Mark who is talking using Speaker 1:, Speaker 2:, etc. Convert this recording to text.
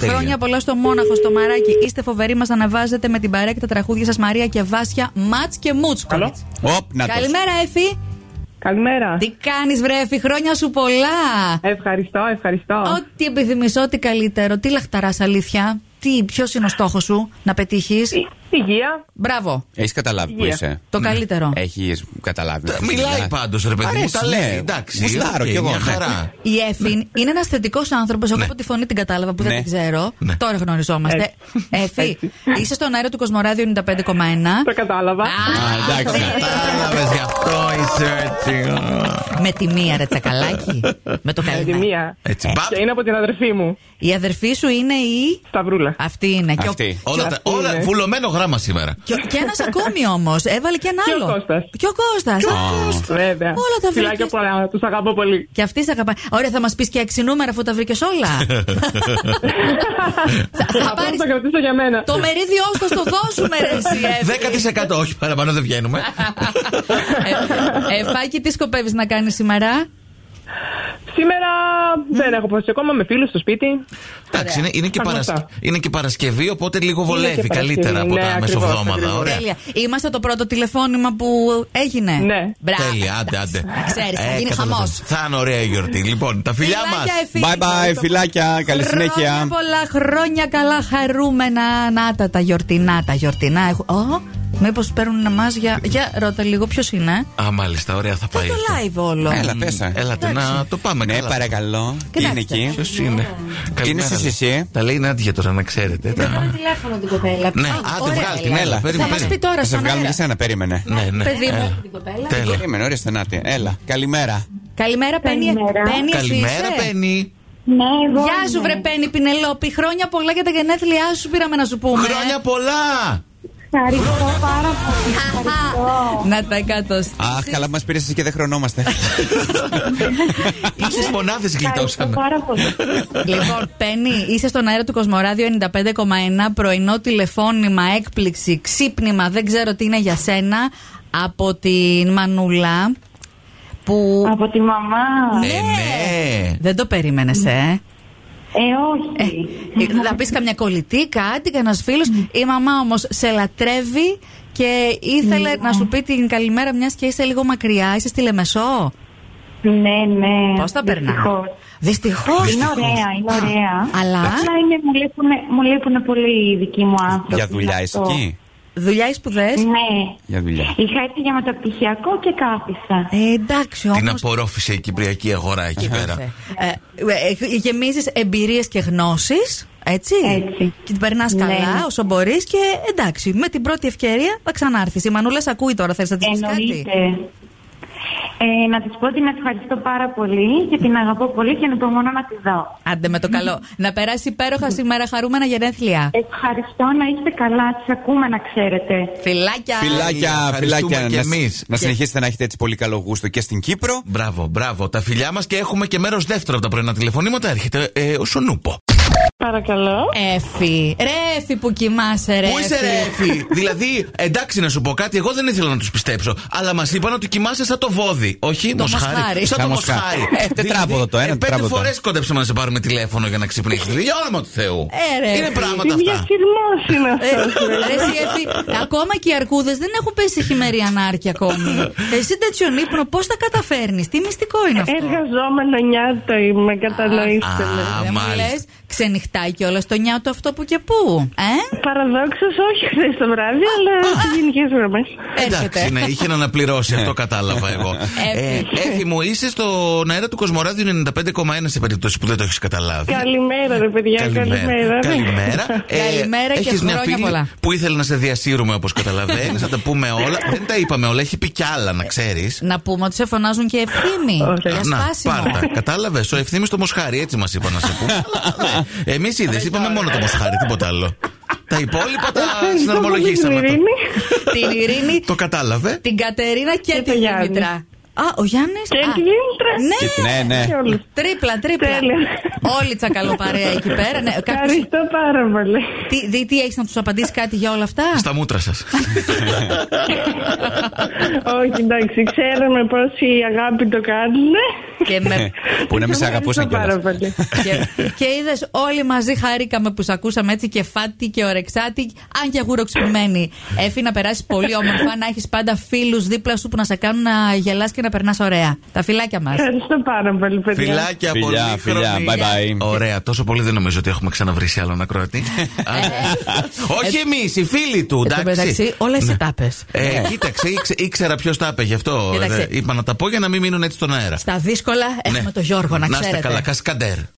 Speaker 1: Τέλεια.
Speaker 2: Χρόνια πολλά στο Μόναχο, στο Μαράκι. Είστε φοβεροί, μας αναβάζετε με την παρέκτα τα τραγούδια σας Μαρία και Βάσια, Μάτ και Μούτσκο.
Speaker 3: Καλό.
Speaker 1: Οπ, να το.
Speaker 2: Καλημέρα, Εφη.
Speaker 4: Καλημέρα.
Speaker 2: Τι κάνεις, Βρέφη, χρόνια σου πολλά.
Speaker 4: Ε, Ευχαριστώ, ευχαριστώ.
Speaker 2: Ό,τι επιθυμείς, ό,τι καλύτερο. Τι λαχταράς, αλήθεια. Τι, ποιος είναι ο στόχος σου να πετύχεις.
Speaker 4: Η- Υγεία.
Speaker 2: Μπράβο.
Speaker 1: Έχεις καταλάβει που
Speaker 4: Υγεία.
Speaker 1: είσαι.
Speaker 2: Το καλύτερο.
Speaker 1: Έχεις καταλάβει.
Speaker 3: Τα- Μιλάει πάντως ρε παιδί μου,
Speaker 1: Ναι. Αρέσει,
Speaker 3: τα
Speaker 1: ναι.
Speaker 3: λέει. Εντάξει.
Speaker 1: Γουστάρω
Speaker 3: οκ,
Speaker 1: κι εγώ,
Speaker 3: μια
Speaker 1: ναι.
Speaker 3: χαρά.
Speaker 2: Η Εφη είναι ένας θετικός άνθρωπος. Εγώ
Speaker 3: Ναι.
Speaker 2: από τη φωνή την κατάλαβα που
Speaker 1: Ναι.
Speaker 2: δεν την ξέρω.
Speaker 3: Ναι.
Speaker 2: Τώρα γνωριζόμαστε. Εφη, είσαι στον αέρα του Κοσμοράδιο 95,1.
Speaker 4: Το κατάλαβα.
Speaker 1: Α, εντάξει.
Speaker 4: ναι.
Speaker 3: Κατάλαβε γι' αυτό είσαι έτσι.
Speaker 2: Με τη μία ρε τσακαλάκι. Με το
Speaker 4: Με τη
Speaker 2: καλημέρα.
Speaker 4: μία.
Speaker 3: Έτσι, μπαπ.
Speaker 4: Και είναι από την αδερφή μου.
Speaker 2: Η αδερφή σου είναι η.
Speaker 4: Σταυρούλα.
Speaker 2: Αυτή είναι. Και ο-
Speaker 1: Αυτή.
Speaker 3: Όλα, τα, όλα
Speaker 4: είναι.
Speaker 3: βουλωμένο γράμμα σήμερα.
Speaker 2: Και, ο- και ένας ακόμη όμως. Έβαλε και ένα
Speaker 4: Και ο
Speaker 2: άλλο.
Speaker 4: Κώστας.
Speaker 2: Και ο Κώστας. Α,
Speaker 4: Βέβαια.
Speaker 2: Όλα τα
Speaker 4: Φιλάκια
Speaker 2: βρήκες.
Speaker 4: πολλά. Τους αγαπώ πολύ.
Speaker 2: Και αυτή σε αγαπάει. Ωραία, θα μας πεις και έξι νούμερα αφού τα βρήκες όλα. θα θα
Speaker 4: Αυτό
Speaker 2: πάρει
Speaker 4: θα κρατήσω για μένα.
Speaker 2: το μερίδιό σου, θα στο δώσουμε, ρε, εσύ, ε. Εύη.
Speaker 3: 10% όχι παραπάνω δεν βγαίνουμε.
Speaker 2: Ε, Εφάκη, τι σκοπεύεις να κάνεις σήμερα.
Speaker 4: Σήμερα δεν έχω προσέξει ακόμα με φίλους στο σπίτι.
Speaker 3: Εντάξει, είναι, είναι, και
Speaker 4: Στα
Speaker 3: παρασ-
Speaker 4: γνωστά.
Speaker 3: είναι και Παρασκευή, οπότε λίγο βολεύει
Speaker 4: και Παρασκευή,
Speaker 3: καλύτερα από
Speaker 4: ναι,
Speaker 3: τα
Speaker 4: ακριβώς,
Speaker 3: μεσοβδόμαδα.
Speaker 4: ακριβώς.
Speaker 3: Ωραία.
Speaker 2: Τέλεια. Είμαστε το πρώτο τηλεφώνημα που έγινε.
Speaker 4: Ναι.
Speaker 2: Μπράβο.
Speaker 3: Τέλεια, άντε, άντε.
Speaker 2: Ξέρεις, θα
Speaker 3: Ε,
Speaker 2: γίνει
Speaker 3: καταλαβαίνω.
Speaker 2: χαμός.
Speaker 3: Θα είναι ωραία η γιορτή. Λοιπόν, τα φιλιά
Speaker 2: Φιλάκια,
Speaker 3: μας.
Speaker 2: Εφή.
Speaker 1: Bye bye, φιλάκια. Καλή συνέχεια.
Speaker 2: Χρόνια πολλά, χρόνια καλά, χαρούμενα. Να τα τα γιορτινά, τα γιορτινά. Έχω... Ω, μήπως παίρνουν εμά για. Για ρώτα λίγο, ποιος είναι.
Speaker 3: Α, μάλιστα, ωραία, θα
Speaker 2: Θα
Speaker 3: πάει.
Speaker 2: το
Speaker 3: αυτό.
Speaker 2: live όλο.
Speaker 1: Έλα, πέσα.
Speaker 3: Έλατε να το πάμε.
Speaker 1: Ναι,
Speaker 3: καλά.
Speaker 1: παρακαλώ. Τι είναι
Speaker 2: Κοιτάξτε.
Speaker 1: εκεί.
Speaker 3: Ποιος είναι. Καλημέρα,
Speaker 1: στις
Speaker 3: λέει.
Speaker 1: εσύ. ε?
Speaker 3: Τα λέει η Νάντια τώρα, να ξέρετε. Τα-
Speaker 2: τηλέφωνο την κοπέλα.
Speaker 3: Ναι,
Speaker 2: Α,
Speaker 3: άντε,
Speaker 2: ωραία,
Speaker 3: βγάλ' την,
Speaker 2: λέει.
Speaker 3: έλα,
Speaker 2: Θα
Speaker 3: περίμενε,
Speaker 2: μας πει
Speaker 3: περίμενε.
Speaker 2: τώρα
Speaker 1: Θα σε
Speaker 2: στον
Speaker 1: βγάλουμε
Speaker 2: αέρα.
Speaker 1: και σένα, περίμενε.
Speaker 3: Ναι, ναι.
Speaker 2: Παιδί μου.
Speaker 3: έλα. Τέλεια.
Speaker 1: Περίμενε, ορίστε να τη. Έλα, καλημέρα.
Speaker 2: Καλημέρα, Πέννη.
Speaker 5: Καλημέρα.
Speaker 2: Πέννη, εσύ
Speaker 3: Καλημέρα,
Speaker 2: είσαι?
Speaker 3: Πέννη.
Speaker 5: Ναι, εγώ.
Speaker 2: Γεια σου,
Speaker 5: είμαι.
Speaker 2: βρε Πέννη Πινελόπη. Χρόνια πολλά για τα γενέθλιά σου πήραμε να σου πούμε.
Speaker 3: Χρόνια πολλά!
Speaker 5: Ευχαριστώ πάρα πολύ. Ευχαριστώ.
Speaker 2: Να τα εκατοστήσεις.
Speaker 1: Αχ, καλά που μας πήρες εσύ και δεν χρονόμαστε.
Speaker 3: Πόσε μονάδε
Speaker 5: Ευχαριστώ
Speaker 3: γλιτώσαμε.
Speaker 5: πάρα πολύ.
Speaker 2: Λοιπόν, Πέννη, είσαι στον αέρα του Κοσμοράδιο 95,1. Πρωινό τηλεφώνημα, έκπληξη, ξύπνημα. Δεν ξέρω τι είναι για σένα. Από την Μανούλα. Που.
Speaker 5: Από τη μαμά.
Speaker 3: Ε, ναι.
Speaker 2: Δεν το περίμενες, ε.
Speaker 5: Ε, όχι.
Speaker 2: Να πεις καμιά κολλητή, κάτι, κανένας φίλος. Η μαμά όμως σε λατρεύει και ήθελε να σου πει την καλημέρα, μιας και είσαι λίγο μακριά, είσαι στη Λεμεσό.
Speaker 5: Ναι, ναι.
Speaker 2: Πώς τα περνά.
Speaker 5: Δυστυχώς.
Speaker 2: Δυστυχώς.
Speaker 5: Είναι ωραία, είναι ωραία.
Speaker 2: Αλλά?
Speaker 5: Απλά είναι, μου, λείπουν, μου λείπουνε πολύ οι δικοί μου άνθρωποι.
Speaker 1: Για δουλειά είσαι
Speaker 5: αυτό.
Speaker 1: εκεί.
Speaker 2: Δουλειά ή σπουδές.
Speaker 5: Ναι.
Speaker 1: Για δουλειά.
Speaker 5: Είχα έρθει για μεταπτυχιακό και κάθισα.
Speaker 2: Ε, εντάξει,
Speaker 3: Την
Speaker 2: όμως.
Speaker 3: απορρόφησε η κυπριακή αγορά εκεί
Speaker 2: Ναι.
Speaker 3: πέρα.
Speaker 2: Ε, Γεμίζεις εμπειρίες και γνώσεις. Έτσι.
Speaker 5: Έτσι.
Speaker 2: Και την περνάς
Speaker 5: Ναι.
Speaker 2: καλά όσο μπορείς και εντάξει, με την πρώτη ευκαιρία θα ξανάρθεις. Η Μανούλα σε ακούει τώρα, θέλει να της πεις κάτι.
Speaker 5: Εννοείται. Ε, να της πω την ευχαριστώ πάρα πολύ και την αγαπώ πολύ και ανυπομονώ να της δω.
Speaker 2: Άντε με το καλό. να περάσει υπέροχα σήμερα, χαρούμενα γενέθλια.
Speaker 5: Ευχαριστώ να είστε καλά, τις ακούμε να ξέρετε.
Speaker 2: Φιλάκια.
Speaker 1: Φιλάκια,
Speaker 3: Ευχαριστούμε
Speaker 1: φιλάκια.
Speaker 3: και
Speaker 1: να-
Speaker 3: εμείς.
Speaker 1: Να συνεχίσετε να έχετε έτσι πολύ καλό γούστο και στην Κύπρο.
Speaker 3: Μπράβο, μπράβο. Τα φιλιά μας και έχουμε και μέρος δεύτερο από τα πρωινά τηλεφωνήματα. Έρχεται ε, ο Σονούπο.
Speaker 4: Παρακαλώ.
Speaker 2: Έφη. Ρε, έφη που κοιμάσαι, ρε.
Speaker 3: Πού είσαι, ρε,
Speaker 2: έφη.
Speaker 3: Εφη? δηλαδή, εντάξει να σου πω κάτι, εγώ δεν ήθελα να τους πιστέψω. Αλλά μας είπαν ότι κοιμάσαι σαν το βόδι. Όχι, μοσχάρι.
Speaker 2: μοσχάρι.
Speaker 3: Σαν το
Speaker 1: Σαν
Speaker 3: μοσχάρι.
Speaker 1: μοσχάρι. Ε, τετράποδο το ένα,
Speaker 3: ε, Πέντε
Speaker 1: τετράποδο το
Speaker 3: φορέ
Speaker 1: άλλο.
Speaker 3: κόντεψαμε να σε πάρουμε τηλέφωνο για να ξυπνήσεις. Για όνομα του Θεού.
Speaker 2: Ε, ρε,
Speaker 3: Είναι
Speaker 2: Εφη.
Speaker 3: πράγματα
Speaker 4: Τι
Speaker 3: αυτά.
Speaker 4: διαχειρμό είναι
Speaker 2: Ε,
Speaker 4: αυτό.
Speaker 2: ρε, εσύ, Εφη, ακόμα και οι αρκούδες δεν έχουν πέσει χειμερή ανάρκη ακόμη. Εσύ τέτοιον ύπνο, πώς τα καταφέρνεις, τι μυστικό
Speaker 5: Ε,
Speaker 2: είναι αυτό.
Speaker 4: Εργαζόμενο νιάτο είμαι, κατανοήστε με.
Speaker 3: Α,
Speaker 2: Δεν μου
Speaker 3: μάλιστα.
Speaker 2: λες, ξενυχτάει κιόλας το νιάτο αυτό που και που. Ε,
Speaker 4: Παραδόξως, όχι χθες το βράδυ, αλλά σε γενικέ γραμμέ.
Speaker 2: έρχεται.
Speaker 3: Εντάξει, ναι, είχε να αναπληρώσει, αυτό κατάλαβα εγώ. ε, Έφη μου, είσαι στον αέρα του Κοσμοράδιου 95,1 σε περίπτωση που δεν το έχεις καταλάβει.
Speaker 4: Καλημέρα, ρε παιδιά, καλημέρα.
Speaker 3: Καλημέρα. Ε,
Speaker 2: Καλημέρα και
Speaker 3: έχεις μια
Speaker 2: χρόνια
Speaker 3: φίλη
Speaker 2: πολλά.
Speaker 3: Που ήθελε να σε διασύρουμε, όπως καταλαβαίνεις, να τα πούμε όλα. Δεν τα είπαμε όλα, έχει πει κι άλλα, να ξέρεις.
Speaker 2: Να πούμε ότι σε φωνάζουν και ευθύμη.
Speaker 4: Ωραία.
Speaker 2: Για σπάσιμο.
Speaker 3: πάρτα. Κατάλαβες. Ο ευθύνη το μοσχάρι, έτσι μας είπα να σε πούμε. Εμείς είδες, είπαμε μόνο το μοσχάρι, τίποτα άλλο. Τα υπόλοιπα τα συναρμολογήσαμε.
Speaker 4: Ειρήνη.
Speaker 2: Την Ειρήνη,
Speaker 3: Το κατάλαβε.
Speaker 2: την Κατερίνα και
Speaker 4: Και
Speaker 2: τη
Speaker 4: το Γιάννη.
Speaker 2: Δήμητρα. Α, ο Γιάννης.
Speaker 4: Και εκεί γίνεται.
Speaker 2: Ναι,
Speaker 1: Ναι,
Speaker 3: Ε.
Speaker 1: ναι.
Speaker 4: Και όλους.
Speaker 2: Τρίπλα, τρίπλα.
Speaker 4: Τέλεια.
Speaker 2: Όλη τσακαλοπαρέα εκεί πέρα. Ναι, κάποιος-
Speaker 4: Ευχαριστώ πάρα πολύ.
Speaker 2: Τι, δι, τι έχεις να τους απαντήσεις κάτι για όλα αυτά.
Speaker 3: Στα μούτρα σας.
Speaker 4: Όχι, εντάξει, ξέραμε πόση αγάπη το κάνουν.
Speaker 2: και με...
Speaker 1: Ναι. Που να μην σε αγαπούσαν κιόλας.
Speaker 4: Πάρα πολύ.
Speaker 2: και, και είδες όλοι μαζί χαρήκαμε που σε ακούσαμε έτσι και φάτη και ορεξάτη, αν και αγουροξυπημένη. Έφη να περάσεις πολύ όμορφα, να έχεις πάντα φίλους δίπλα σου που να σε κάνουν να γελάς και να περνάς ωραία. Τα φιλάκια μας.
Speaker 4: Ευχαριστώ πάρα πολύ, παιδιά.
Speaker 3: Φιλάκια πολύ.
Speaker 1: Φιλιά, φιλιά. Bye bye.
Speaker 3: Ωραία, τόσο πολύ δεν νομίζω ότι έχουμε ξαναβρει σε άλλον ακροατή. Αλλά- Όχι εμείς, οι φίλοι του,
Speaker 2: Ε, Εν τω
Speaker 3: εντάξει.
Speaker 2: μεταξύ, όλα εσύ τα πες.
Speaker 3: Ε, κοίταξε, ήξε- ήξερα ποιος τα είπε, γι' αυτό
Speaker 2: Κοίταξε.
Speaker 3: ε, είπα να τα πω για να μην μείνουν έτσι στον αέρα.
Speaker 2: Στα δύσκολα έχουμε
Speaker 3: Ναι.
Speaker 2: τον Γιώργο, να
Speaker 3: Να είστε
Speaker 2: ξέρετε.
Speaker 3: καλά, κασκαντέρ.